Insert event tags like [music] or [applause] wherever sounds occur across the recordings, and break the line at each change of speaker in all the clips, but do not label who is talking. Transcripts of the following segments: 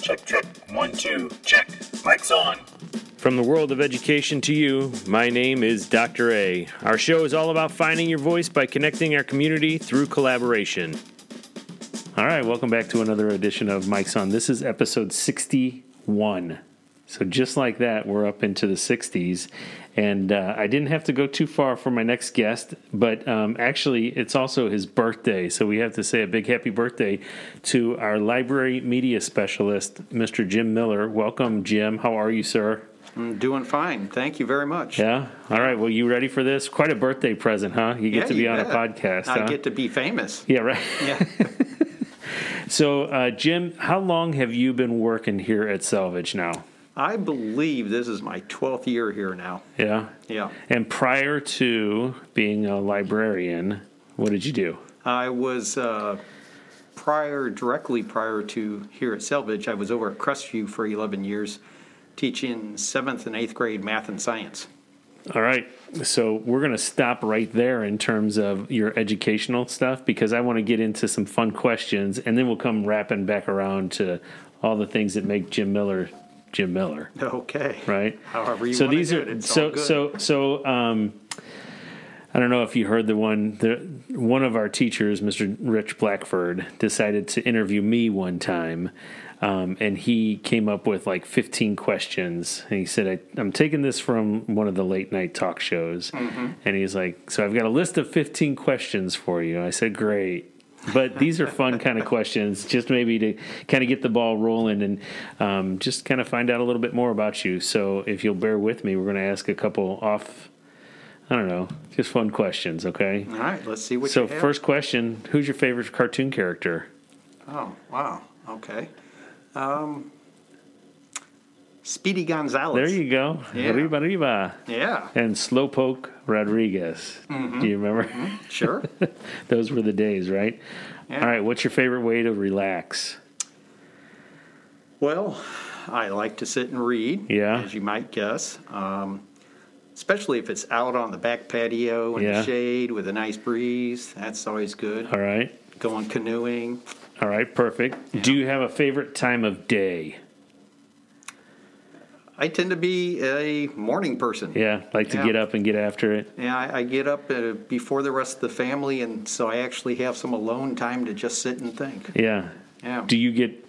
Check, check. One, two, check. Mic's on.
From the world of education to you, my name is Dr. A. Our show is all about finding your voice by connecting our community through collaboration.
All right, welcome back to another edition of Mike's On. This is episode 61. So, just like that, we're up into the 60s. And uh, I didn't have to go too far for my next guest, but um, actually, it's also his birthday. So, we have to say a big happy birthday to our library media specialist, Mr. Jim Miller. Welcome, Jim. How are you, sir?
I'm doing fine. Thank you very much.
Yeah. All right. Well, you ready for this? Quite a birthday present, huh? You get
Yeah,
to be
you
on a
bet.
podcast.
I
huh?
get to be famous.
yeah, right.
Yeah.
[laughs] So, uh, Jim, how long have you been working here at Salvage now?
I believe this is my 12th year here now.
Yeah.
Yeah.
And prior to being a librarian, what did you do?
I was uh, prior, directly prior to here at Selvage, I was over at Crestview for 11 years teaching seventh and eighth grade math and science. [laughs]
All right. So we're going to stop right there in terms of your educational stuff because I want to get into some fun questions and then we'll come wrapping back around to all the things that make Jim Miller Jim Miller.
Okay.
right?
However you
so
wanna
these
do
are
it, it's
so
all good.
so so. Um, I don't know if you heard the one. The, one of our teachers, Mr. Rich Blackford, decided to interview me one time, um, and he came up with like 15 questions. And he said, I, "I'm taking this from one of the late night talk shows," and he's like, "So I've got a list of 15 questions for you." I said, "Great." but these are fun kind of questions, just maybe to kind of get the ball rolling and um, just kind of find out a little bit more about you. So if you'll bear with me, we're going to ask a couple off, I don't know, just fun questions, okay?
All right, let's see what
So
you have.
first question, who's your favorite cartoon character?
Oh, wow. Okay. Um, Speedy Gonzalez.
There you go.
Yeah.
Arriba, arriba.
Yeah,
And Slowpoke Rodriguez.
Mm-hmm.
Do you remember?
sure.
[laughs] Those were the days, right?
Yeah.
All right, what's your favorite way to relax?
Well, I like to sit and read.
Yeah.
As you might guess, um, especially if it's out on the back patio in
Yeah.
the shade with a nice breeze. That's always good.
All right.
Going canoeing.
All right, perfect. Do you have a favorite time of day?
I tend to be a morning person.
Yeah, like to
Yeah.
get up and get after it.
Yeah, I, I get up uh, before the rest of the family, and so I actually have some alone time to just sit and think.
Yeah.
Yeah.
Do you get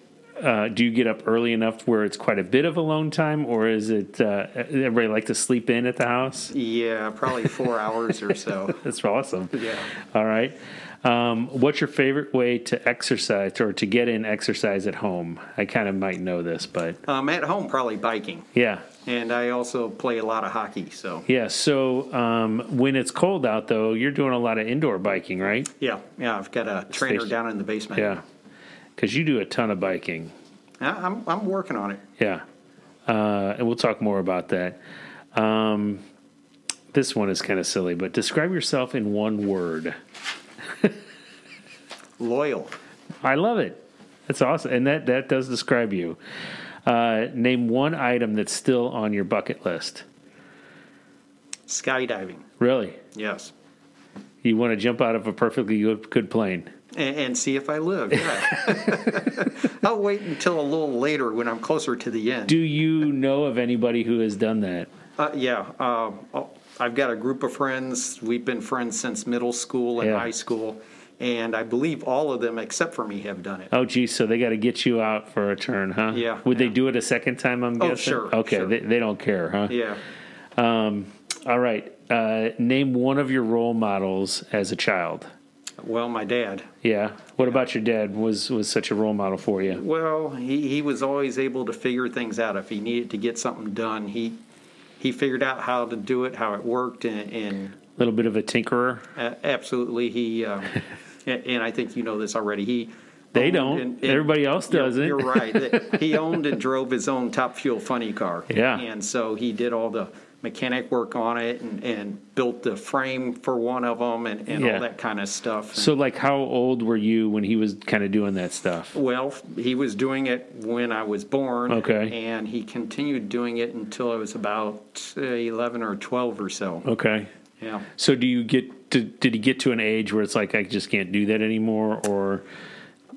uh, do you get up early enough where it's quite a bit of alone time, or is it uh, everybody like to sleep in at the house?
yeah,
[laughs]
probably four hours or so.
That's awesome.
Yeah.
All right. Um, what's your favorite way to exercise or to get in exercise at home? I kind of might know this, but
Um, at home, probably biking.
yeah.
And I also play a lot of hockey, so
Yeah, so um, when it's cold out, though, you're doing a lot of indoor biking, right?
yeah, yeah. I've got a trainer
Station-
down in the basement.
Yeah, because you do a ton of biking.
I- I'm I'm working on it.
Yeah. Uh, and we'll talk more about that. Um, this one is kind of silly, but describe yourself in one word.
Loyal.
I love it. That's awesome. And that, that does describe you. Uh, name one item that's still on your bucket list.
Skydiving.
Really?
Yes.
You want to jump out of a perfectly good, good plane.
And, and see if I live. Yeah.
[laughs]
I'll wait until a little later when I'm closer to the end.
Do you know of anybody who has done that?
Uh, yeah. Uh, oh, I've got a group of friends. We've been friends since middle school and
Yeah.
high school. And I believe all of them except for me have done it.
Oh, geez. So they got to get you out for a turn, huh?
Yeah,
Would they
yeah.
do it a second time? I'm
Oh,
guessing.
sure,
Okay.
sure.
They, they don't care, huh?
Yeah.
All right. Uh, name one of your role models as a child.
Well, my dad.
Yeah. What about your dad? Was was such a role model for you?
Well, he, he was always able to figure things out. If he needed to get something done, he he figured out how to do it, how it worked, and, and
A little bit of a tinkerer.
A- Absolutely,
[laughs]
he, um, and and I think you know this already. He
They
owned
don't. Everybody else
you're-
doesn't. [laughs]
You're right. he owned and drove his own Top Fuel funny car.
Yeah.
and so he did all the mechanic work on it and, and built the frame for one of them and, and
Yeah.
all that kind of stuff.
So, like, how old were you when he was kind of doing that stuff?
well, he was doing it when I was born.
Okay.
and he continued doing it until I was about uh, eleven or twelve or so.
Okay.
Yeah.
So, do you get? To, did he get to an age where it's like I just can't do that anymore, or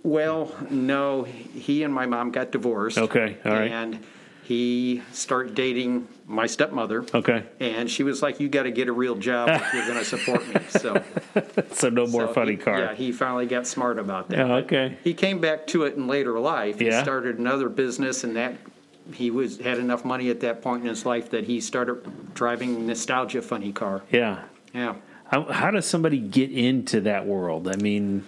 Well, no, he and my mom got divorced.
Okay, all right.
And he started dating my stepmother.
Okay.
And she was like, "You got to get a real job if you're going to
[laughs]
support me." So
So no more
so
funny
he-
car.
Yeah, he finally got smart about that.
Oh, okay.
He came back to it in later life.
Yeah.
He started another business, and that he was had enough money at that point in his life that he started driving nostalgia funny car.
Yeah.
Yeah.
How, how does somebody get into that world? I mean,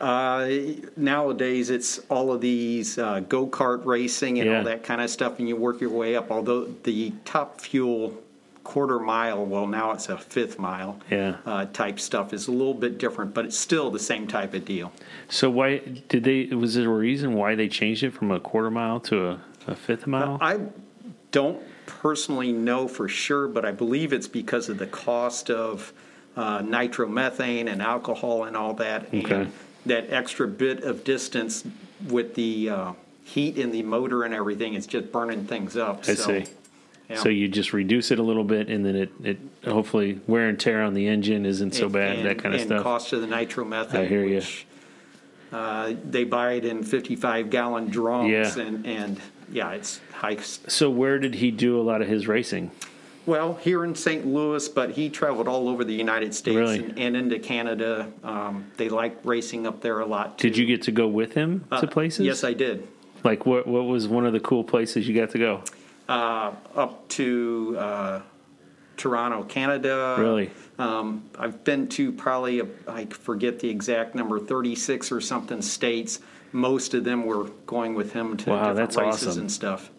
Uh, nowadays, it's all of these uh, go kart racing and
Yeah.
all that kind of stuff, and you work your way up. Although the top fuel quarter mile, well, now it's a fifth mile
Yeah.
uh, type stuff, is a little bit different, but it's still the same type of deal.
so why did they? Was there a reason why they changed it from a quarter mile to a, a fifth mile?
I don't personally know for sure, but I believe it's because of the cost of uh, nitromethane and alcohol and all that,
Okay.
and that extra bit of distance with the uh, heat in the motor and everything is just burning things up.
I
so,
see.
yeah.
So you just reduce it a little bit, and then it, it hopefully wear and tear on the engine isn't so bad.
And-
that kind of
and
stuff.
cost of the nitromethane.
I hear ya.
which, uh, they buy it in 55 gallon drums,
Yeah.
and, and yeah, it's high
So where did he do a lot of his racing?
Well, here in St. Louis, but he traveled all over the United States
Really?
and, and into Canada. Um, they like racing up there a lot.
Did you get to go with him to places?
Uh, Yes, I did.
Like what? What was one of the cool places you got to go?
Up to uh, Toronto, Canada.
Really?
Um, I've been to probably, a, I forget the exact number, 36 or something states. Most of them were going with him to
Wow,
different
that's
races
awesome.
and stuff.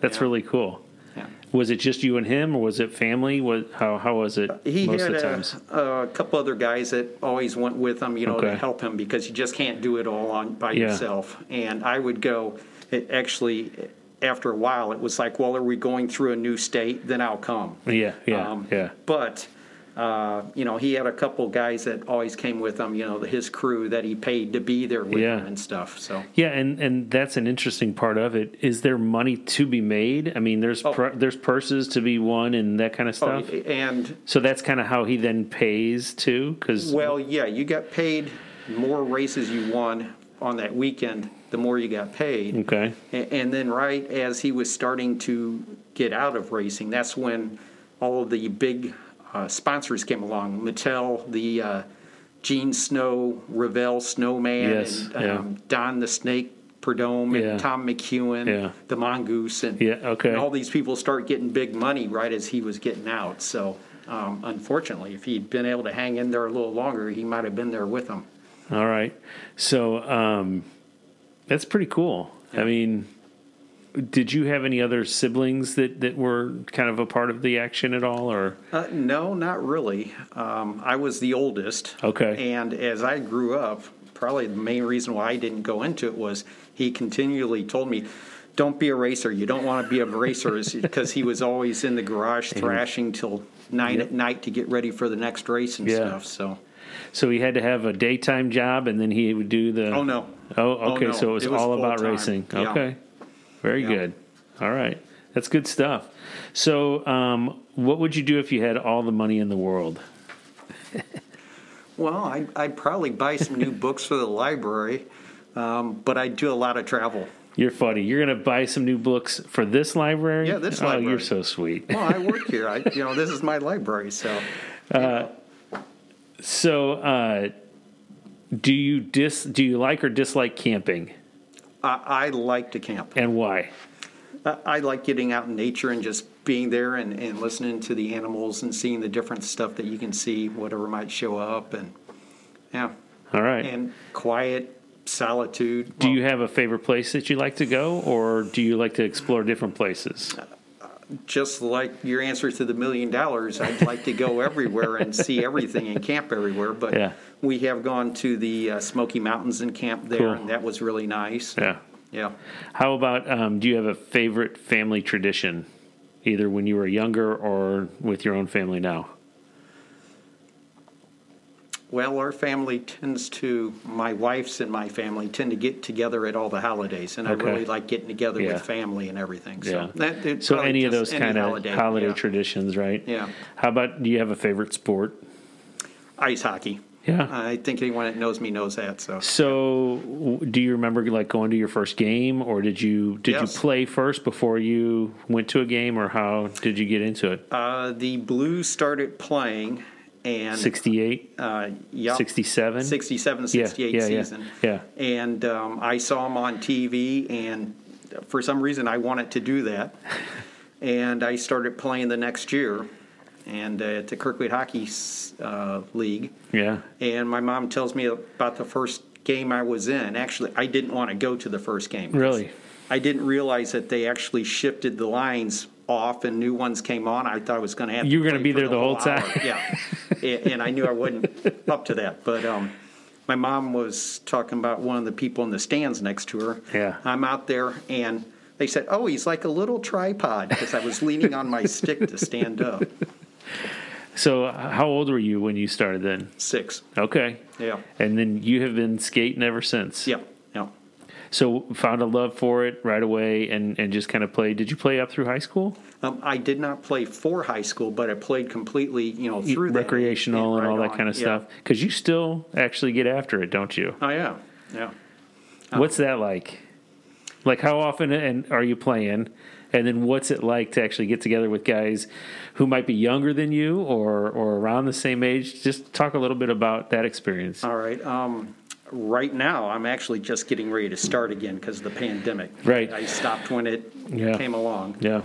That's
Yeah.
really cool.
Yeah.
Was it just you and him, or was it family? What? How? How was it?
Uh, He
most
had
of the
a,
times.
a couple other guys that always went with him, you know,
Okay.
to help him because you just can't do it all on by
Yeah.
yourself. And I would go. It actually, eh, after a while, it was like, well, are we going through a new state? Then I'll come.
Yeah, yeah,
um,
yeah.
But uh, you know, he had a couple guys that always came with him. You know, his crew that he paid to be there with
Yeah.
him and stuff. So
Yeah, and and that's an interesting part of it. Is there money to be made? I mean, there's
Oh.
pr- there's purses to be won and that kind of
oh,
stuff.
and
So that's kind of how he then pays too, because
well, yeah, you got paid more races you won on that weekend. The more you got paid.
okay,
A- And then, right as he was starting to get out of racing, that's when all of the big uh, sponsors came along Mattel, the uh, Gene Snow, Revell Snowman,
Yes,
and um, Don the Snake Perdome,
Yeah.
and Tom McEwen,
Yeah.
the Mongoose. And,
Yeah, okay.
and all these people start getting big money right as he was getting out. So, um, unfortunately, if he'd been able to hang in there a little longer, he might have been there with them.
all right. So um, that's pretty cool. I mean, did you have any other siblings that that were kind of a part of the action at all, or
Uh, no, not really. Um, I was the oldest.
Okay.
And as I grew up, probably the main reason why I didn't go into it was he continually told me, "Don't be a racer. You don't want to be a racer," because he was always in the garage thrashing till nine at night to get ready for the next race and
Yeah.
stuff. So,
so he had to have a daytime job and then he would do the
oh no.
Oh,
Oh,
okay.
no.
So it was,
It was
all about
full-time.
racing.
Yeah.
Okay. Very
Yeah.
good. All right. That's good stuff. So, um, what would you do if you had all the money in the world?
Well, I'd, I'd probably buy some new books for the library, um, but I'd do a lot of travel.
You're funny. You're going to buy some new books for this library?
Yeah, this
Oh, you're
library.
so sweet.
Well, I work here. I, you know, this is my library, so.
So, uh, do you dis do you like or dislike camping
I, I like to camp.
and why?
I, I like getting out in nature and just being there and, and listening to the animals and seeing the different stuff that you can see, whatever might show up, and yeah,
All right.
and quiet solitude.
do you have a favorite place that you like to go or do you like to explore different places?
just like your answer to the million dollars, I'd like to go everywhere and see everything and camp everywhere. But
Yeah.
we have gone to the uh, Smoky Mountains and camped there,
Cool.
and that was really nice.
Yeah.
yeah.
How about um, do you have a favorite family tradition, either when you were younger or with your own family now?
Well, our family tends to, my wife's and my family tend to get together at all the holidays, and
Okay.
I really like getting together
Yeah.
with family and everything. So,
Yeah.
that, it's
so
probably
any of
just
those kind of holiday,
holiday, yeah.
traditions, right?
Yeah.
How about do you have a favorite sport?
Ice hockey.
Yeah.
I think anyone that knows me knows that. So
So, w- do you remember like going to your first game, or did you did
Yes.
you play first before you went to a game, or how did you get into it?
uh, the Blues started playing, and
68,
uh, yep,
67?
67,
Yeah,
68
yeah, yeah,
season.
yeah.
And um, I saw him on TV, and for some reason, I wanted to do that. and I started playing the next year and uh, at the Kirkwood Hockey uh, League.
Yeah.
And my mom tells me about the first game I was in. Actually, I didn't want to go to the first game.
Really?
I didn't realize that they actually shifted the lines off and new ones came on. I thought I was going to have
You were gonna
play
be
for
there the whole
hour.
time. [laughs]
yeah, and, and I knew I wouldn't up to that. But um, my mom was talking about one of the people in the stands next to her.
Yeah.
I'm out there and. They said, "Oh, he's like a little tripod," because I was leaning on my stick to stand up.
So, h- how old were you when you started then?
Six.
Okay.
Yeah.
And then you have been skating ever since.
Yeah. Yeah.
So found a love for it right away, and and just kind of played. Did you play up through high school?
Um, I did not play for high school, but I played completely, you know, through that.
recreational and,
right
all that
on.
kind of
Yeah.
stuff. Because you still actually get after it, don't you?
Oh yeah, yeah.
what's that like? Like how often and are you playing? And then what's it like to actually get together with guys who might be younger than you or or around the same age? Just talk a little bit about that experience.
All right. Um, right now, I'm actually just getting ready to start again because of the pandemic.
Right.
I stopped when it
Yeah.
came along, Um,
Yeah.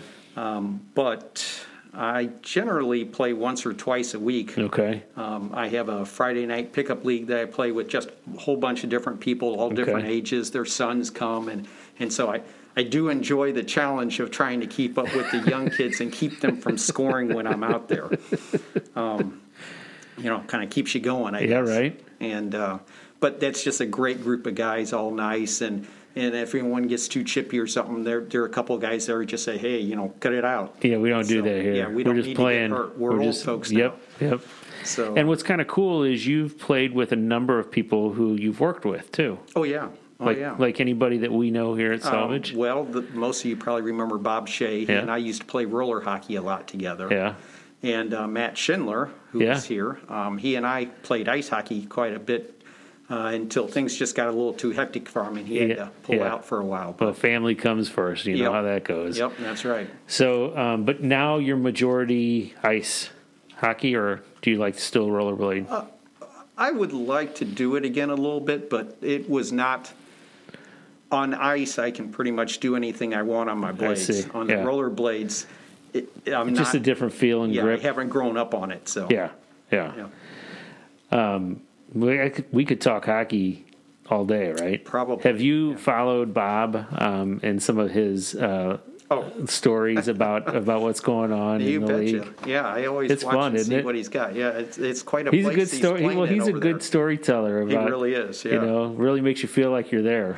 but I generally play once or twice a week.
Okay.
Um, I have a Friday night pickup league that I play with just a whole bunch of different people, all different ages. Their sons come, and and so I. I do enjoy the challenge of trying to keep up with the young kids and keep them from scoring when I'm out there. Um, you know, kind of keeps you going. I
Yeah,
guess.
right.
And uh, but that's just a great group of guys, all nice. And and if anyone gets too chippy or something, there there are a couple of guys there who just say, hey, you know, cut it out.
Yeah, we don't do
So,
that here.
Yeah, we
We're
don't
just
need
playing.
to get hurt. We're, old
just,
folks now.
Yep. Yep.
So
And what's kind of cool is you've played with a number of people who you've worked with too.
Oh yeah. Oh
Like
yeah.
like anybody that we know here at
Um,
Salvage.
well, the, most of you probably remember Bob Shea. He
Yeah.
and I used to play roller hockey a lot together.
yeah.
And uh, Matt Schindler, who is
Yeah.
here, um, he and I played ice hockey quite a bit uh, until things just got a little too hectic for him, and he
Yeah,
had to pull
yeah.
out for a while. But
But family comes first. You know
Yep.
how that goes.
yep, that's right.
So, um, but now you're majority ice hockey, or do you like to still rollerblade?
Uh, I would like to do it again a little bit, but it was not on ice. I can pretty much do anything I want on my blades.
see,
On
yeah.
the roller blades, it, I'm not.
Just a different feel and
yeah,
grip.
I haven't grown up on it. So
yeah, yeah. Um,
yeah.
We, I could, we could talk hockey all day, right?
Probably,
Have you followed Bob um, and some of his uh,
Oh.
stories
[laughs]
about about what's going on
You
in the
betcha.
league?
Yeah, I always
It's
watch
fun,
and
isn't
see
it?
what he's got. Yeah, it's, it's quite a
He's a
place
good
he's
story.
playing
well,
in
he's a
over
good
there.
storyteller.
He
About,
really is. Yeah.
You know, really makes you feel like you're
[laughs]
there.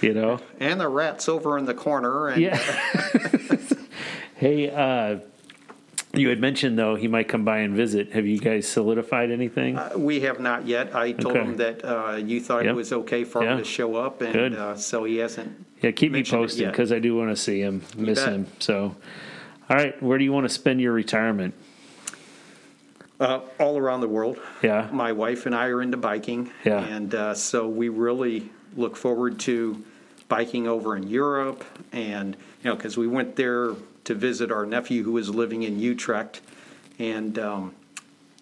You know.
and the rat's over in the corner. And
Yeah. [laughs] hey, uh, you had mentioned though he might come by and visit. Have you guys solidified anything?
we have not yet. I told
Okay.
him that uh, you thought
Yep.
it was okay for
Yeah.
him to show up,
Good.
and uh, so he hasn't.
yeah, keep me
mentioned it
posted
yet.
because I do want to see him, miss
bet.
him. So, all right, where do you want to spend your retirement?
Uh, all around the world.
Yeah.
My wife and I are into biking.
Yeah.
And uh, so we really look forward to biking over in Europe. And, you know, because we went there to visit our nephew who was living in Utrecht. And um,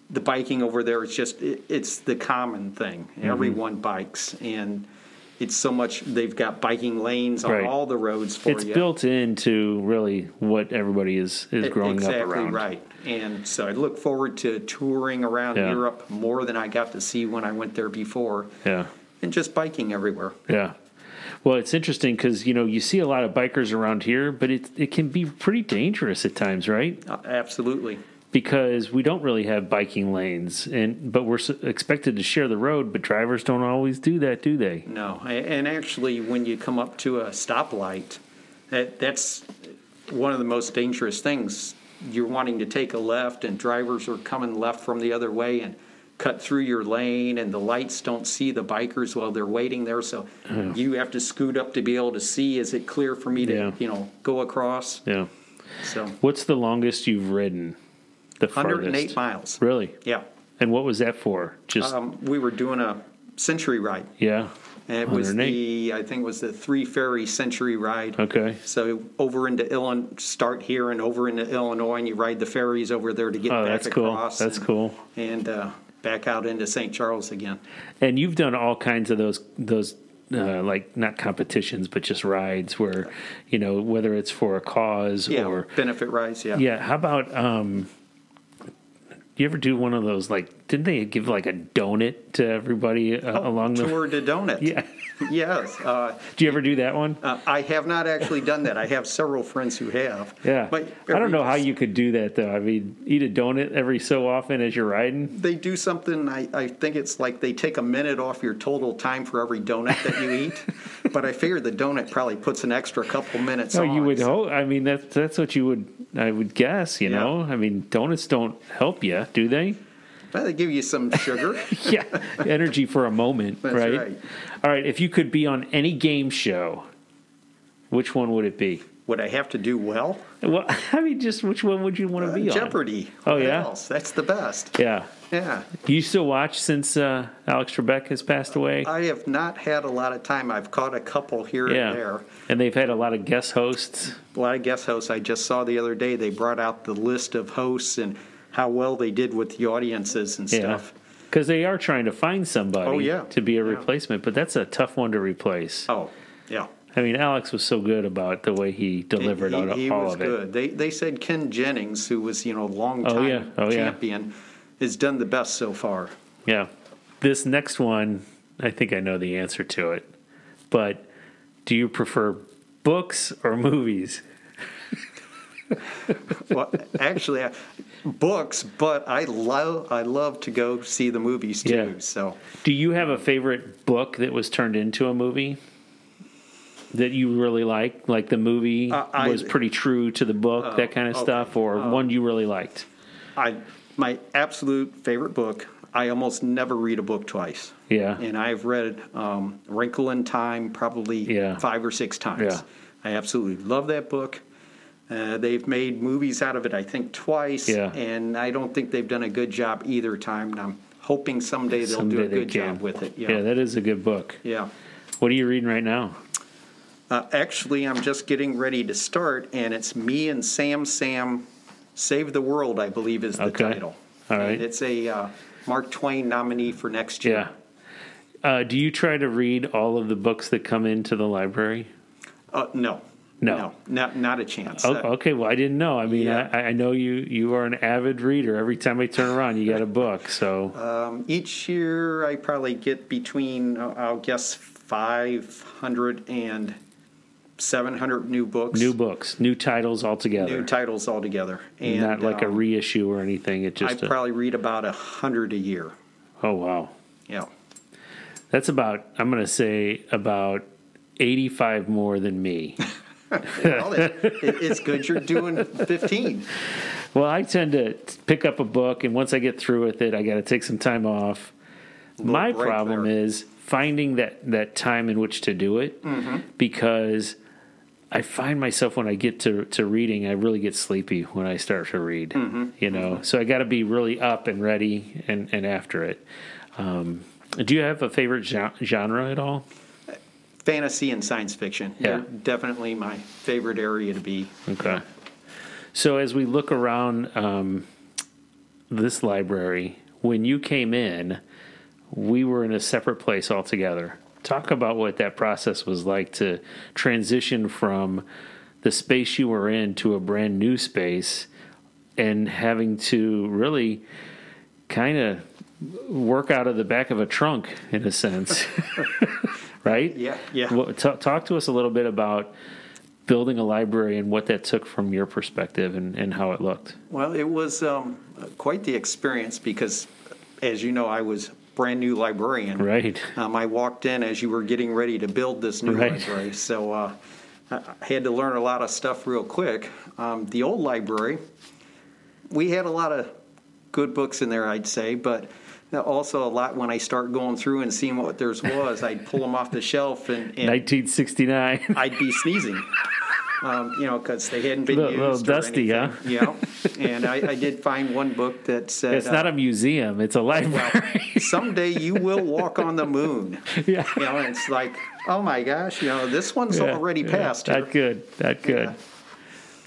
the biking over there is just, it, it's the common thing.
Mm-hmm.
Everyone bikes. And it's so much, they've got biking lanes on
Right.
all the roads for
It's
you.
built into really what everybody is is
E-
growing
exactly
up around.
right. And so I look forward to touring around
Yeah.
Europe more than I got to see when I went there before,
Yeah.
and just biking everywhere.
Yeah. Well, it's interesting because you know you see a lot of bikers around here, but it it can be pretty dangerous at times, right?
Uh, Absolutely.
because we don't really have biking lanes and but we're s- expected to share the road but drivers don't always do that do they
No. A- And actually, when you come up to a stoplight, that, that's one of the most dangerous things. You're wanting to take a left, and drivers are coming left from the other way and cut through your lane, and the lights don't see the bikers while they're waiting there. So you have to scoot up to be able to see is it clear for me to,
Yeah.
you know, go across?
yeah
So
what's the longest you've ridden the
108
farthest
miles.
really
Yeah.
And what was that for? Just
Um, we were doing a century ride.
yeah.
And it was
108.
the, I think it was the Three Ferry Century Ride.
okay.
So over into Illinois, start here and over into Illinois, and you ride the ferries over there to get
Oh,
back
that's cool.
across.
That's
and,
cool.
And uh, back out into St. Charles again.
And you've done all kinds of those those uh, like not competitions, but just rides where you know whether it's for a cause
Yeah,
or
benefit rides. Yeah.
yeah. How about um, you ever do one of those like? Didn't they give like a donut to everybody uh,
Oh,
along the?
Tour to Donut.
Yeah.
[laughs] yes. Uh,
Do you ever do that one?
uh, I have not actually done that. I have several friends who have.
Yeah,
But
I don't know how you could do that though. I mean, eat a donut every so often as you're riding.
They do something. I, I think it's like they take a minute off your total time for every donut that
[laughs]
you eat. but I figure the donut probably puts an extra couple minutes.
No,
on,
you would
so-
hope. I mean, that's that's what you would. I would guess. You
Yeah.
know, I mean, donuts don't help you, do
[laughs]
they?
Well, they give you
[laughs]
some sugar.
yeah, energy for a moment,
That's
right?
right.
All right, if you could be on any game show, which one would it be?
would I have to do well?
Well, [laughs] I mean, just which one would you want to
Uh,
be on?
Jeopardy.
Oh,
What
yeah?
else? That's the best.
Yeah.
Yeah.
Do you still watch since uh, Alex Trebek has passed away?
I have not had a lot of time. I've caught a couple here
yeah.
and there.
And they've had a lot of guest hosts.
A lot of guest hosts I just saw the other day. They brought out the list of hosts and how well they did with the audiences and stuff.
Because they are trying to find somebody
Oh, yeah.
to be a
Yeah.
replacement, but that's a tough one to replace.
Oh, yeah.
I mean, Alex was so good about the way he delivered
he,
on
he
all
was
of it.
good. They they said Ken Jennings, who was you know a long time
Oh, yeah. Oh, yeah.
champion, has done the best so far.
Yeah. This next one, I think I know the answer to it. But do you prefer books or movies?
well, [laughs] actually, I, books, but I love I love to go see the movies too.
Yeah.
So
Do you have a favorite book that was turned into a movie that you really like? Like the movie
Uh, I- Oh,
was pretty true to the book, that kind of
okay. Oh.
stuff, or one you really liked?
I my absolute favorite book. I almost never read a book twice.
Yeah.
and I've read um, Wrinkle in Time probably
Yeah.
five or six times.
Yeah.
I absolutely love that book. Uh, they've made movies out of it, I think, twice,
Yeah.
and I don't think they've done a good job either time. And I'm hoping someday they'll do
Someday
a
they
good
can.
job with it.
Yeah. that is a good book.
yeah.
What are you reading right now?
Uh, actually, I'm just getting ready to start, and it's me and Sam Sam Save the World, I believe is the
Okay.
title.
All right.
And it's a uh, Mark Twain nominee for next year.
Yeah. Uh, do you try to read all of the books that come into the library?
Uh, no.
No.
Not, not a chance.
Oh,
Uh,
okay. Well, I didn't know. I mean,
Yeah.
I, I know you. You are an avid reader. Every time I turn around, you got a book. So
um, each year, I probably get between, uh, I'll guess, 500 and 700 new books.
new books, new titles altogether.
new titles altogether. And,
Not like a
um,
reissue or anything. It
I
just. a-
probably read about a 100 a year.
oh wow, [laughs]
Yeah.
that's about. I'm going to say about 85 more than me.
Well, it, it- it's good you're doing 15.
well, I tend to t- pick up a book, and once I get through with it, I got to take some time off. My
break
problem
there.
is finding that that time in which to do it
Mm-hmm.
because I find myself when I get to to reading, I really get sleepy when I start to read.
Mm-hmm.
You know, so I got to be really up and ready and and after it. Um, do you have a favorite gen- genre at all?
Fantasy and science fiction.
Yeah.
They're Definitely my favorite area to be.
Okay. So as we look around um, this library, when you came in, we were in a separate place altogether. Talk about what that process was like to transition from the space you were in to a brand new space and having to really kind of work out of the back of a trunk in a
[laughs]
sense. right?
Yeah, yeah.
Well, ta- talk to us a little bit about building a library and what that took from your perspective and, and how it looked.
Well, it was um, quite the experience because, as you know, I was brand new librarian.
Right.
Um, I walked in as you were getting ready to build this new
Right.
library, so uh, I I had to learn a lot of stuff real quick. Um, the old library, we had a lot of good books in there, I'd say, but also a lot when I start going through and seeing what theirs was, I'd pull them off the shelf and, and
1969.
I'd be sneezing. um, you know, because they hadn't been
Little-
used.
little
or
dusty, huh?
anything. Yeah. And I, I did find one book that
[laughs]
said,
It's not
uh,
a museum; it's a library.
someday you will walk on the moon.
[laughs] yeah,
You know, and it's like, oh my gosh, you know, this one's
Yeah,
already
yeah.
passed.
That good. That good.
Yeah.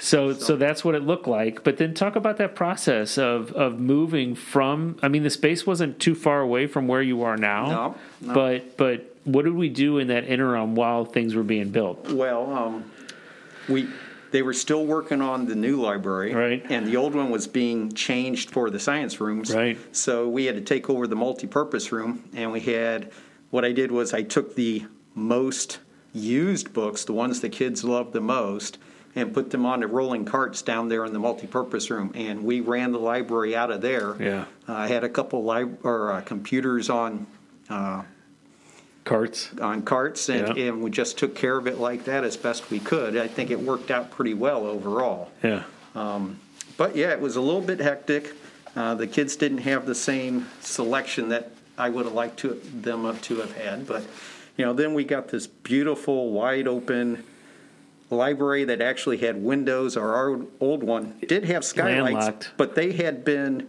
So, so that's what it looked like. But then talk about that process of of moving from. I mean, the space wasn't too far away from where you are now.
No, no.
But but what did we do in that interim while things were being built?
Well, um, we they were still working on the new library,
Right.
And the old one was being changed for the science rooms,
Right.
So we had to take over the multi-purpose room, and we had what I did was I took the most used books, the ones the kids loved the most. And put them on the rolling carts down there in the multi-purpose room, and we ran the library out of there.
Yeah.
uh, I had a couple lib- or uh, computers on
Carts.
on carts, and,
Yeah.
and we just took care of it like that as best we could. I think it worked out pretty well overall.
Yeah.
But yeah, it was a little bit hectic. Uh, the kids didn't have the same selection that I would have liked to them to have had. But you know, then we got this beautiful, wide open library that actually had windows. Our old- old one did have skylights,
Landlocked.
but they had been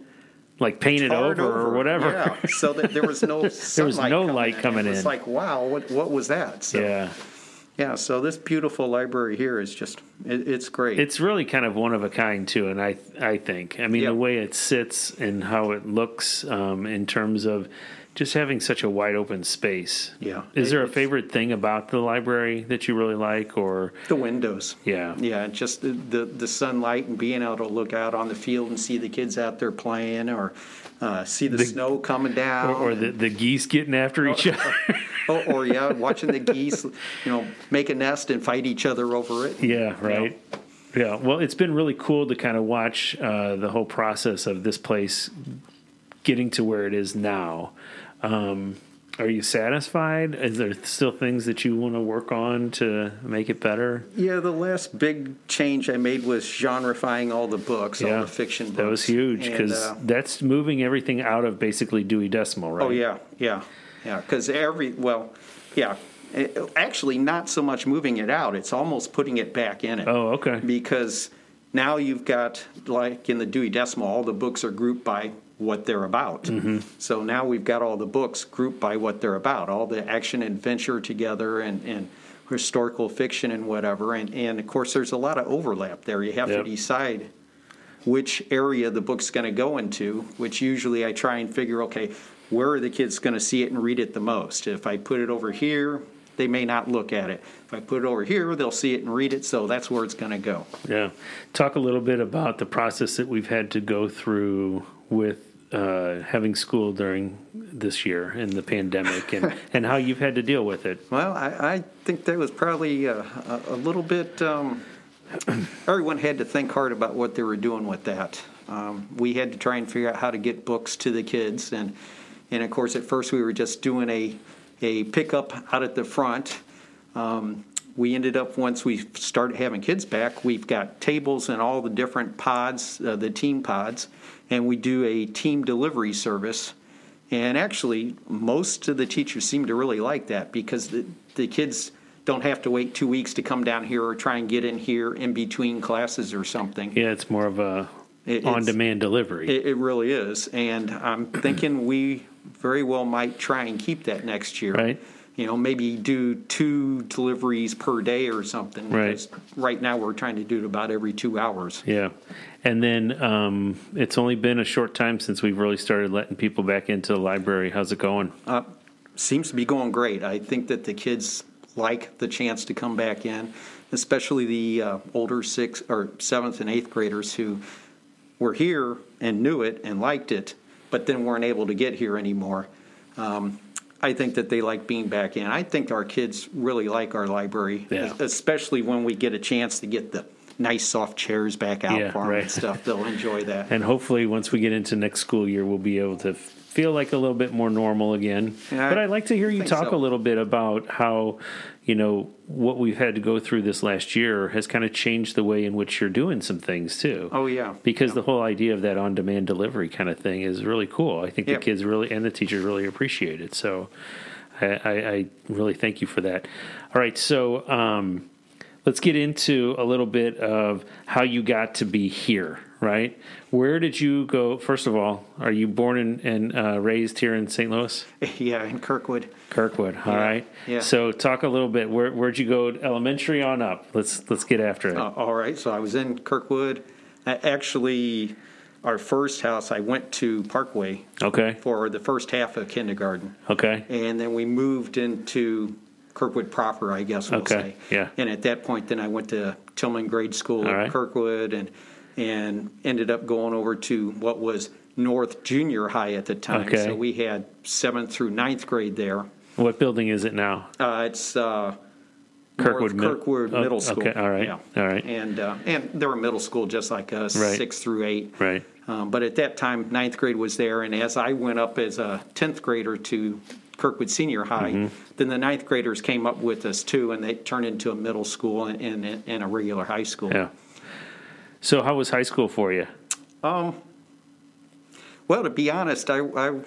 Like painted
tarred
over, or whatever.
Yeah, so that there
[laughs]
was no there
was no light coming
It was
in.
like, wow, what what was that?
[laughs]
So,
yeah.
Yeah, so this beautiful library here is just, it, it's great.
It's really kind of one of a kind too, and I I think I mean
Yeah.
the way it sits and how it looks um, in terms of just having such a wide open space.
Yeah.
Is there a favorite thing about the library that you really like, or
the windows.
yeah,
Yeah, and just the, the, the sunlight and being able to look out on the field and see the kids out there playing or uh, see the, snow coming down.
or, or the the geese getting after each other? [laughs]
or, or, yeah, watching the [laughs] geese, you know, make a nest and fight each other over it.
yeah, right. Yeah, well, it's been really cool to kind of watch uh, the whole process of this place getting to where it is now. Um, are you satisfied? Is there still things that you want to work on to make it better?
Yeah, the last big change I made was genrefying all the books, all the fiction books.
That was huge
And,
because
uh,
that's moving everything out of basically Dewey Decimal, right?
Oh yeah, yeah, yeah. Because every well, yeah. It- actually, not so much moving it out; it's almost putting it back in it.
Oh, okay.
Because now you've got like in the Dewey Decimal, all the books are grouped by what they're about. So now we've got all the books grouped by what they're about, all the action and adventure together, and and historical fiction and whatever. And and of course, there's a lot of overlap there. You have
Yep.
to decide which area the book's going to go into, which usually I try and figure, okay, where are the kids going to see it and read it the most? If I put it over here, they may not look at it. If I put it over here, they'll see it and read it, so that's where it's going to go.
Yeah. Talk a little bit about the process that we've had to go through with uh, having school during this year and the pandemic
[laughs]
and, and how you've had to deal with it.
Well, I, I think that was probably uh, a, a little bit. Um, everyone had to think hard about what they were doing with that. Um, we had to try and figure out how to get books to the kids, and and of course at first we were just doing a a pickup out at the front. Um, we ended up once we started having kids back, we've got tables in all the different pods, uh, the team pods, and we do a team delivery service. And actually, most of the teachers seem to really like that because the, the kids don't have to wait two weeks to come down here or try and get in here in between classes or something.
Yeah, it's more of a
It- it's-
on demand delivery.
It, it really is.
[clears throat]
And I'm thinking we very well might try and keep that next year.
Right.
You know, maybe do two deliveries per day or something.
Right.
because Right now, we're trying to do it about every two hours.
yeah. And then um, it's only been a short time since we've really started letting people back into the library. How's it going?
seems to be going great. I think that the kids like the chance to come back in, especially the uh, older sixth or seventh and eighth graders who were here and knew it and liked it, but then weren't able to get here anymore. Um, I think that they like being back in. I think our kids really like our library,
Yeah.
especially when we get a chance to get the nice soft chairs back out
Yeah,
for 'em
right.
and stuff. They'll enjoy
[laughs]
that.
and hopefully once we get into next school year we'll be able to f- feel like a little bit more normal again
Yeah,
but
I
i'd like to hear you
think
talk
so.
a little bit about how you know what we've had to go through this last year has kind of changed the way in which you're doing some things too
Oh, yeah.
because the whole idea of that on-demand delivery kind of thing is really cool i think
Yeah.
the kids really and the teachers really appreciate it so I, I, I really thank you for that all right so um, let's get into a little bit of how you got to be here, right? Where did you go? First of all, are you born and, and uh, raised here in St. Louis?
yeah, in Kirkwood.
Kirkwood. All right.
yeah.
So talk a little bit. Where, where'd you go? Elementary on up. Let's let's get after it.
Uh, all right, so I was in Kirkwood. Uh, actually, our first house, I went to Parkway
Okay.
for the first half of kindergarten.
Okay.
And then we moved into Kirkwood proper, I guess we'll
Okay,
say.
yeah.
And at that point, then I went to Tillman Grade School
All
in
right.
Kirkwood and and ended up going over to what was North Junior High at the time.
Okay.
So we had seventh through ninth grade there.
What building is it now?
Uh, it's uh,
Kirkwood
North
Mid-
Kirkwood
oh,
Middle School.
okay, all right,
Yeah.
all right.
And uh, and they were middle school just like us,
Right.
six through eight.
Right.
Um, but at that time, ninth grade was there, and as I went up as a tenth grader to Kirkwood Senior High,
Mm-hmm.
then the ninth graders came up with us too, and they turned into a middle school and, and, and a regular high school.
Yeah. So how was high school for you?
Um, Well, to be honest, I I, uh,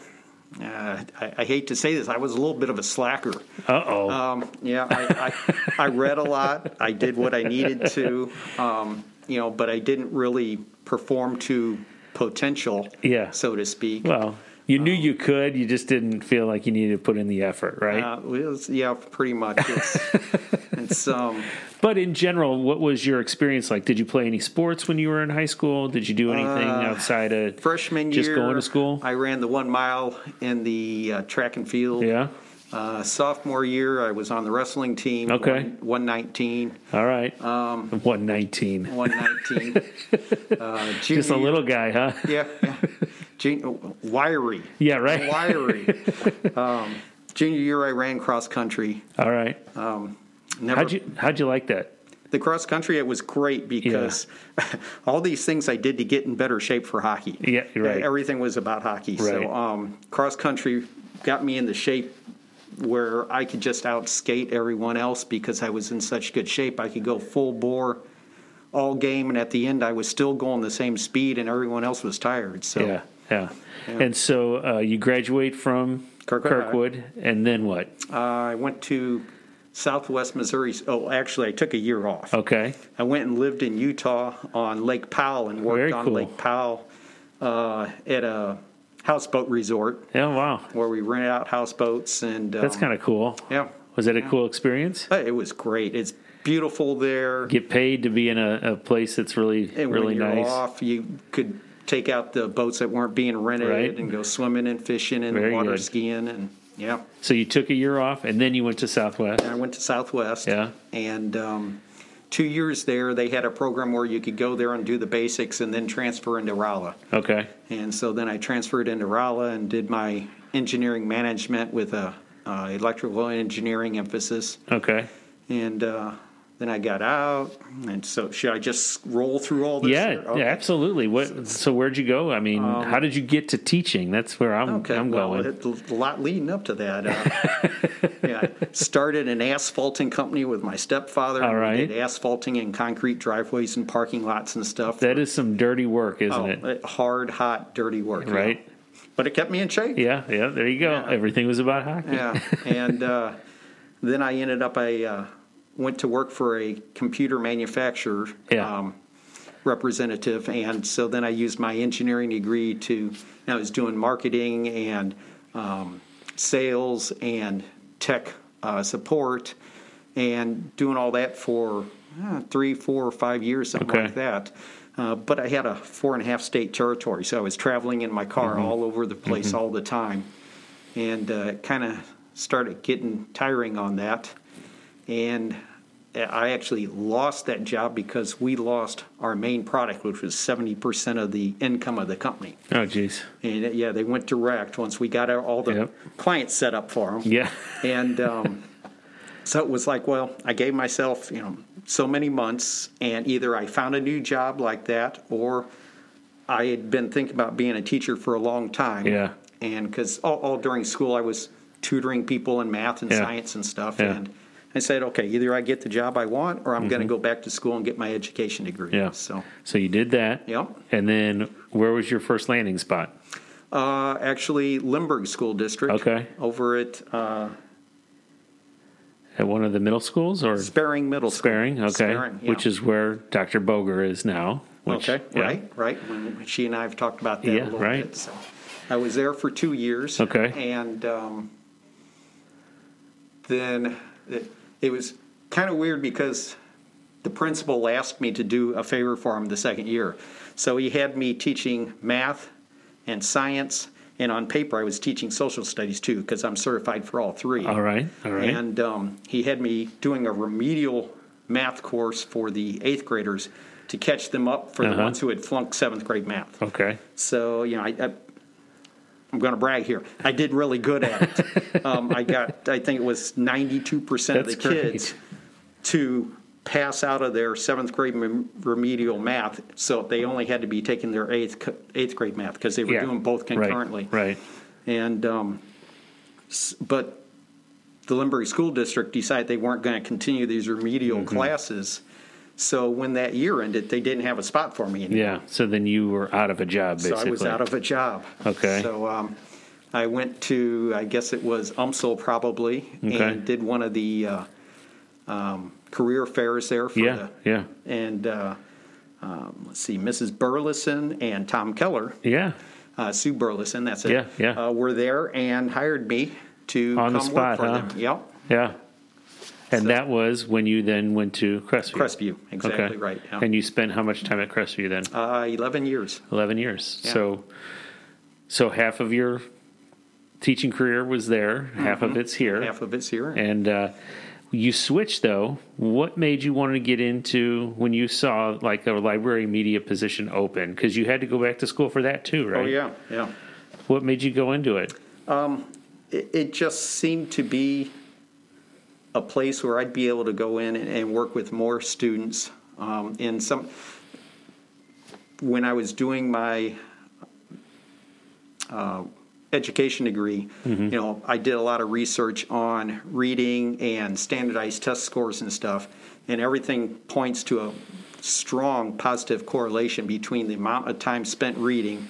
I I hate to say this, I was a little bit of a slacker.
Uh oh.
Um, yeah, I, I, I read a lot. I did what I needed to, um, you know, but I didn't really perform to potential,
Yeah.
so to speak.
well, you knew you could. You just didn't feel like you needed to put in the effort, right?
Uh, well, it's- yeah, pretty much.
[laughs]
It's, it's um,
but in general, what was your experience like? Did you play any sports when you were in high school? Did you do anything
Uh,
outside of
freshman
just
year.
going to school?
I ran the one mile in the uh, track and field.
yeah.
Uh, sophomore year, I was on the wrestling team.
Okay.
one- 119.
All right. Um, One nineteen. [laughs]
119. uh,
Just a
junior-
little guy, huh? [laughs]
Yeah. yeah. Jun- wiry.
Yeah. Right.
wiry.
[laughs]
um, junior year, I ran cross country.
All right.
Never
How'd you How'd you like that?
the cross country. It was great because [laughs] all these things I did to get in better shape for hockey.
Yeah, you're right.
Everything was about hockey.
Right.
So um, cross country got me in the shape where I could just out skate everyone else because I was in such good shape. I could go full bore all game, and at the end, I was still going the same speed, and everyone else was tired. So.
Yeah. Yeah. And so uh, you graduate from
Kirkwood.
Kirkwood and then what?
Uh, I went to Southwest Missouri. Oh, actually, I took a year off.
Okay.
I went and lived in Utah on Lake Powell and worked
Very
on
cool.
Lake Powell uh, at a houseboat resort
Yeah. Wow.
where we rented out houseboats and um,
That's kind of cool.
yeah.
Was that a cool experience?
Hey, It was great. It's beautiful there.
Get paid to be in a, a place that's really
and
really
when you're
nice.
off, you could take out the boats that weren't being rented
Right.
and go swimming and fishing and
Very
water
good.
skiing and yeah.
So you took a year off and then you went to Southwest.
And I went to Southwest.
Yeah.
And um, two years there, they had a program where you could go there and do the basics and then transfer into Rolla.
Okay.
And so then I transferred into Rolla and did my engineering management with a uh, electrical engineering emphasis.
Okay.
And uh, then I got out. And so should I just roll through all this?
Yeah,
or- okay. Um,
yeah, absolutely. What? So where'd you go? I mean, how did you get to teaching? That's where I'm.
Okay,
I'm
well,
going.
it- a lot leading up to that. Uh,
[laughs]
yeah, I started an asphalting company with my stepfather. and
All
we
right.
did asphalting and concrete driveways and parking lots and stuff.
that is some dirty work, isn't
Oh,
it?
hard, hot, dirty work. you know.
Right.
But it kept me in shape.
Yeah. Yeah. There you go.
Yeah.
Everything was about hockey.
Yeah, and uh, then I ended up I uh, went to work for a computer manufacturer um,
Yeah.
representative, and so then I used my engineering degree to. And I was doing marketing and um, sales and tech uh, support, and doing all that for uh, three, four, or five years, something
Okay.
like that. Uh, but I had a four and a half state territory, so I was traveling in my car all over the place all the time and uh, kind of started getting tiring on that. And uh, I actually lost that job because we lost our main product, which was 70% of the income of the company.
Oh, geez.
And uh, yeah, they went direct once we got our- all the
Yep.
clients set up for them.
Yeah.
And um, so it was like, well, I gave myself, you know, so many months, and either I found a new job like that, or I had been thinking about being a teacher for a long time.
Yeah.
And because all, all during school, I was tutoring people in math and
Yeah.
science and stuff.
Yeah. Mm-hmm.
And I said, okay, either I get the job I want, or I'm going to go back to school and get my education degree.
Yeah.
So.
So you did that.
Yep.
And then where was your first landing spot?
Uh, actually, Lindbergh School District.
Okay.
Over at uh,
at one of the middle schools or
Sparing middle school.
Sparing, okay,
Sparing, yeah.
which is where Dr. Boger is now. Which,
okay,
yeah.
right, right. When she and I have talked about that
Yeah,
a little
right.
bit. So I was there for two years.
Okay.
And um, then it, it was kind of weird because the principal asked me to do a favor for him the second year. So he had me teaching math and science. And on paper, I was teaching social studies too because I'm certified for all three.
All right, all right.
And um, he had me doing a remedial math course for the eighth graders to catch them up for the
Uh-huh. Oh.
ones who had flunked seventh grade math.
okay.
So you know, I, I, I'm going to brag here. I did really good
[laughs]
at it. um, I got, I think it was 92 percent of the
That's great.
kids to pass out of their seventh grade rem- remedial math. So they only had to be taking their eighth co- eighth grade math because they were doing both
right,
concurrently.
Right.
And um, s- but the Limbury School District decided they weren't going to continue these remedial
Mm-hmm.
classes. So when that year ended, they didn't have a spot for me anymore.
Yeah. So then you were out of a job,
So
basically.
I was out of a job.
Okay.
So um, I went to, I guess it was UMSL probably,
Okay.
and did one of the uh, um, career fairs there. For
Yeah.
The,
Yeah.
And uh, um, let's see, Mrs. Burleson and Tom Keller,
Yeah.
uh, Sue Burleson, that's it.
Yeah, yeah.
Uh, were there and hired me to
On
come
the spot,
work for
huh?
them. Yep.
Yeah. And that was when you then went to Crestview.
Crestview, exactly
okay.
right. yeah.
And you spent how much time at Crestview then?
uh, 11 years.
11 years.
Yeah.
So so half of your teaching career was there, half of it's here.
Mm-hmm. Half of it's here.
And uh, you switched though. What made you want to get into when you saw like a library media position open? Because you had to go back to school for that too, right?
oh, yeah, yeah.
What made you go into it?
it, it just seemed to be a place where I'd be able to go in and, and work with more students. Um, in some, when I was doing my uh, education degree, you know, I did a lot of research on reading and standardized test scores and stuff, and everything points to a strong positive correlation between the amount of time spent reading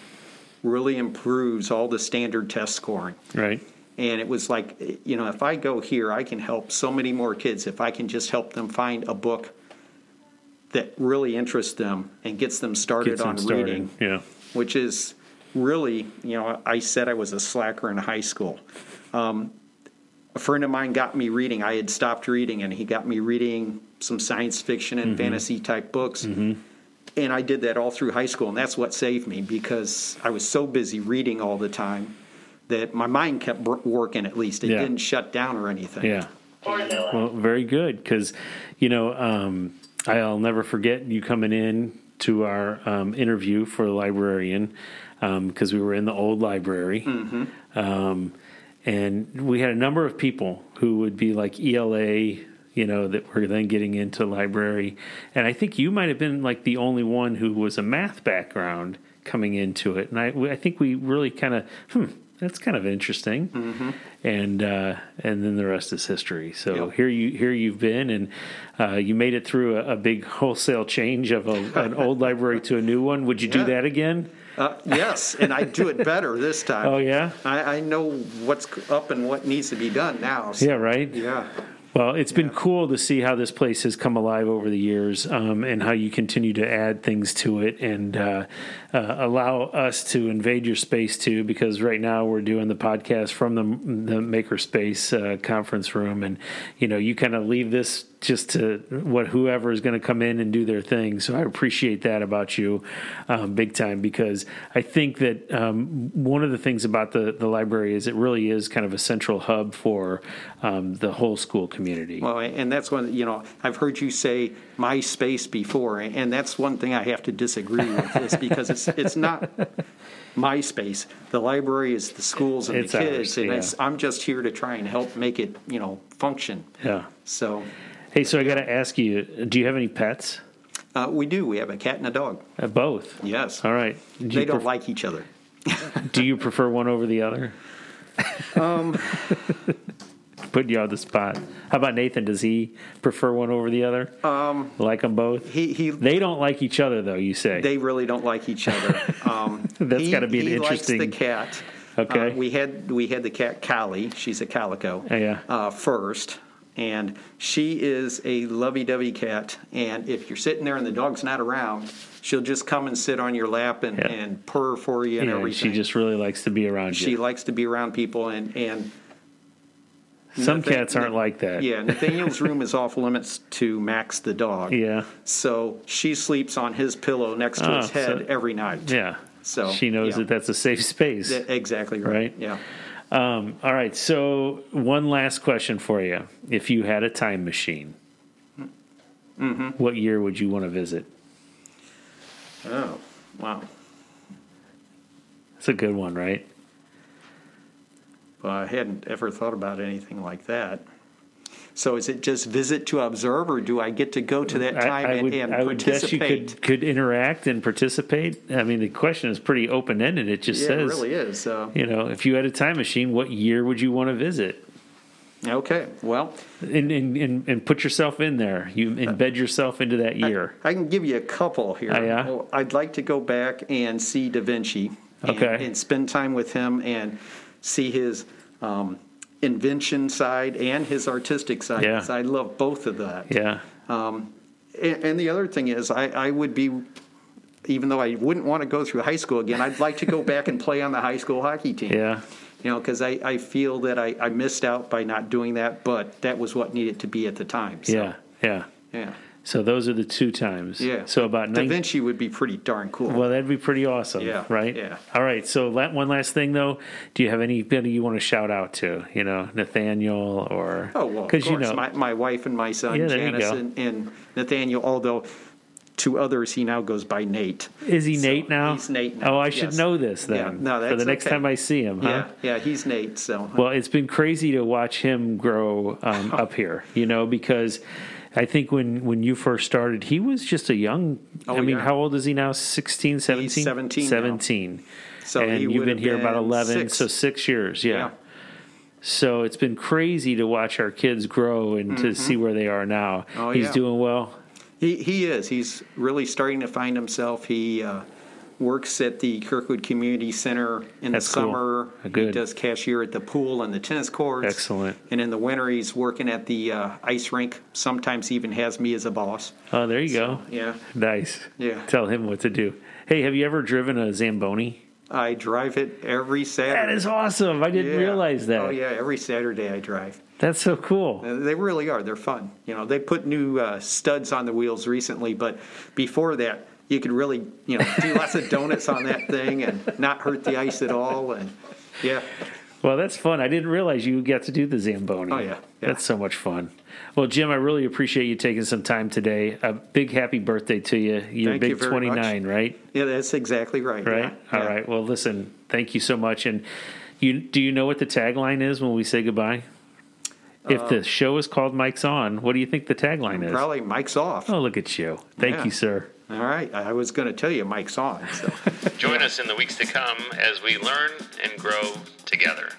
really improves all the standard test scoring.
Right.
And it was like, you know, if I go here, I can help so many more kids if I can just help them find a book that really interests them and gets them started
Get some
on
started.
reading,
Yeah.
which is really, you know, I said I was a slacker in high school. Um, a friend of mine got me reading. I had stopped reading, and he got me reading some science fiction and
Mm-hmm.
fantasy type books. And I did that all through high school, and that's what saved me because I was so busy reading all the time that my mind kept br- working at least. It
Yeah.
didn't shut down or anything.
Yeah. Well, very good because, you know, um, I'll never forget you coming in to our um, interview for the librarian because we were in the old library.
Mm.
Um, and we had a number of people who would be like ELA, you know, that were then getting into library. And I think you might have been like the only one who was a math background coming into it. And I, we- I think we really kind of, hmm, that's kind of interesting.
Mm-hmm.
And uh, and then the rest is history. So
Yep.
here you here you've been, and uh, you made it through a, a big wholesale change of a, an old library to a new one. Would you do
Yeah.
that again?
Uh, yes, and I do it
[laughs]
better this time.
Oh yeah,
I, I know what's c- up and what needs to be done now. so-
yeah right.
Yeah.
Well, it's been cool to see how this place has come alive over the years, um, and how you continue to add things to it and uh, uh, allow us to invade your space too. Because right now we're doing the podcast from the the makerspace uh, conference room, and you know you kind of leave this just to what whoever is going to come in and do their thing. So I appreciate that about you, um, big time, because I think that um, one of the things about the the library is it really is kind of a central hub for um, the whole school community.
Well, and that's one, you know, I've heard you say MySpace before, and that's one thing I have to disagree with is because it's it's not MySpace. The library is the schools and
It's
the
ours,
kids, and
yeah.
it's, I'm just here to try and help make it, you know, function.
yeah.
So
Hey, so I got to ask you: Do you have any pets?
uh, we do. We have a cat and a dog.
Uh, both.
Yes.
All right. Do
They
you
don't
pref-
like each other.
Do you prefer one over the other? Um, [laughs] putting you on the spot. How about Nathan? Does he prefer one over the other? Um, like them both.
He he.
They don't like each other, though. You say
They really don't like
[laughs]
each other. Um,
That's
he-
gotta be an
he
interesting-
Likes the cat.
Okay. Oh,
Uh, we had we had the cat Callie. She's a calico.
Yeah.
Uh, first, And she is a lovey dovey cat. And if you're sitting there and the dog's not around, she'll just come and sit on your lap and,
Yeah.
and purr for you and
Yeah,
everything.
she just really likes to be around
she
you.
likes to be around people. And, and
Some
Nathan-
cats aren't like that.
yeah, Nathaniel's room is off limits to Max the dog.
Yeah.
So she sleeps on his pillow next to
Oh,
his head
so-
every night.
Yeah.
So,
she knows
yeah.
that that's a safe space.
Yeah, Exactly right.
Right?
Yeah.
Um, all right. So, one last question for you. If you had a time machine,
Mm-hmm.
what year would you want to visit?
Oh, wow.
That's a good one, right?
Well, I hadn't ever thought about anything like that. So is it just visit to observe, or do I get to go to that time and, and participate?
could, could interact and participate. I mean, the question is pretty open ended. It just
yeah,
says,
it really is. Uh,
you know, if you had a time machine, what year would you want to visit?
Okay, well,
And, and, and, and put yourself in there. You embed yourself into that year.
Uh, I can give you a couple here.
Oh, yeah?
Well, I'd like to go back and see Da Vinci and,
Okay.
and spend time with him and see his um, invention side and his artistic side.
Yeah.
'cause I love both of that.
yeah.
Um, And, and the other thing is, I, I would be, even though I wouldn't want to go through high school again, I'd like to go back and play on the high school hockey team.
Yeah.
You know, because I, I feel that I, I missed out by not doing that, but that was what needed to be at the time. So,
Yeah. Yeah.
Yeah.
So those are the two times.
Yeah.
So about
Da
19.
Vinci would be pretty darn cool.
Well, that'd be pretty awesome.
Yeah,
Right.
yeah.
All right. So la- one last thing though, do you have anybody you want to shout out to? You know, Nathaniel or
oh, well, of course.
you know,
my, my wife and my son,
Yeah, there you
Janice
go.
and, and Nathaniel, although to others he now goes by Nate.
is he
So,
Nate now?
He's Nate now.
Oh, I should
yes.
know this then.
Yeah, no, that's
for the next
okay.
time I see him. Huh?
Yeah, yeah, he's Nate. So
Well, it's been crazy to watch him grow um, up here, you know, because I think when, when you first started, he was just a young.
Oh,
I mean,
yeah.
how old is he now? 16, 17?
17 now.
17.
So
and
he
you've
would
been
have
here about
been
11,
six.
so six years. Yeah.
Yeah.
So it's been crazy to watch our kids grow and to see where they are now.
Mm-hmm. Oh,
He's
yeah.
doing well.
He he is. He's really starting to find himself. He uh, works at the Kirkwood Community Center in
That's
the
cool.
summer. He
Good.
does cashier at the pool and the tennis courts.
Excellent.
And in the winter, he's working at the uh, ice rink. Sometimes he even has me as a boss.
Oh, there you go.
Yeah,
Nice.
Yeah.
Tell him what to do. Hey, have you ever driven a Zamboni?
I drive it every
That
Saturday.
is awesome. I didn't
Yeah.
realize that.
Oh yeah, every Saturday I drive.
That's so cool.
Uh, They really are. They're fun. You know, they put new uh, studs on the wheels recently, but before that, you could really, you know, do lots of donuts on that thing and not hurt the ice at all. And yeah,
Well, that's fun. I didn't realize you got to do the Zamboni.
Oh, yeah. Yeah.
That's so much fun. Well, Jim, I really appreciate you taking some time today. A big happy birthday to you. You're
Thank
big
you very
29, right?
yeah, that's exactly right.
Right?
Yeah.
All
Yeah.
right. Well, listen, thank you so much. And you do you know what the tagline is when we say goodbye? If
Uh,
the show is called Mike's On, what do you think the tagline is?
Probably Mike's off.
Oh, look at you. Thank
Yeah.
you, sir.
All right. I I was going to tell you Mike's on. So.
Join us in the weeks to come as we learn and grow together.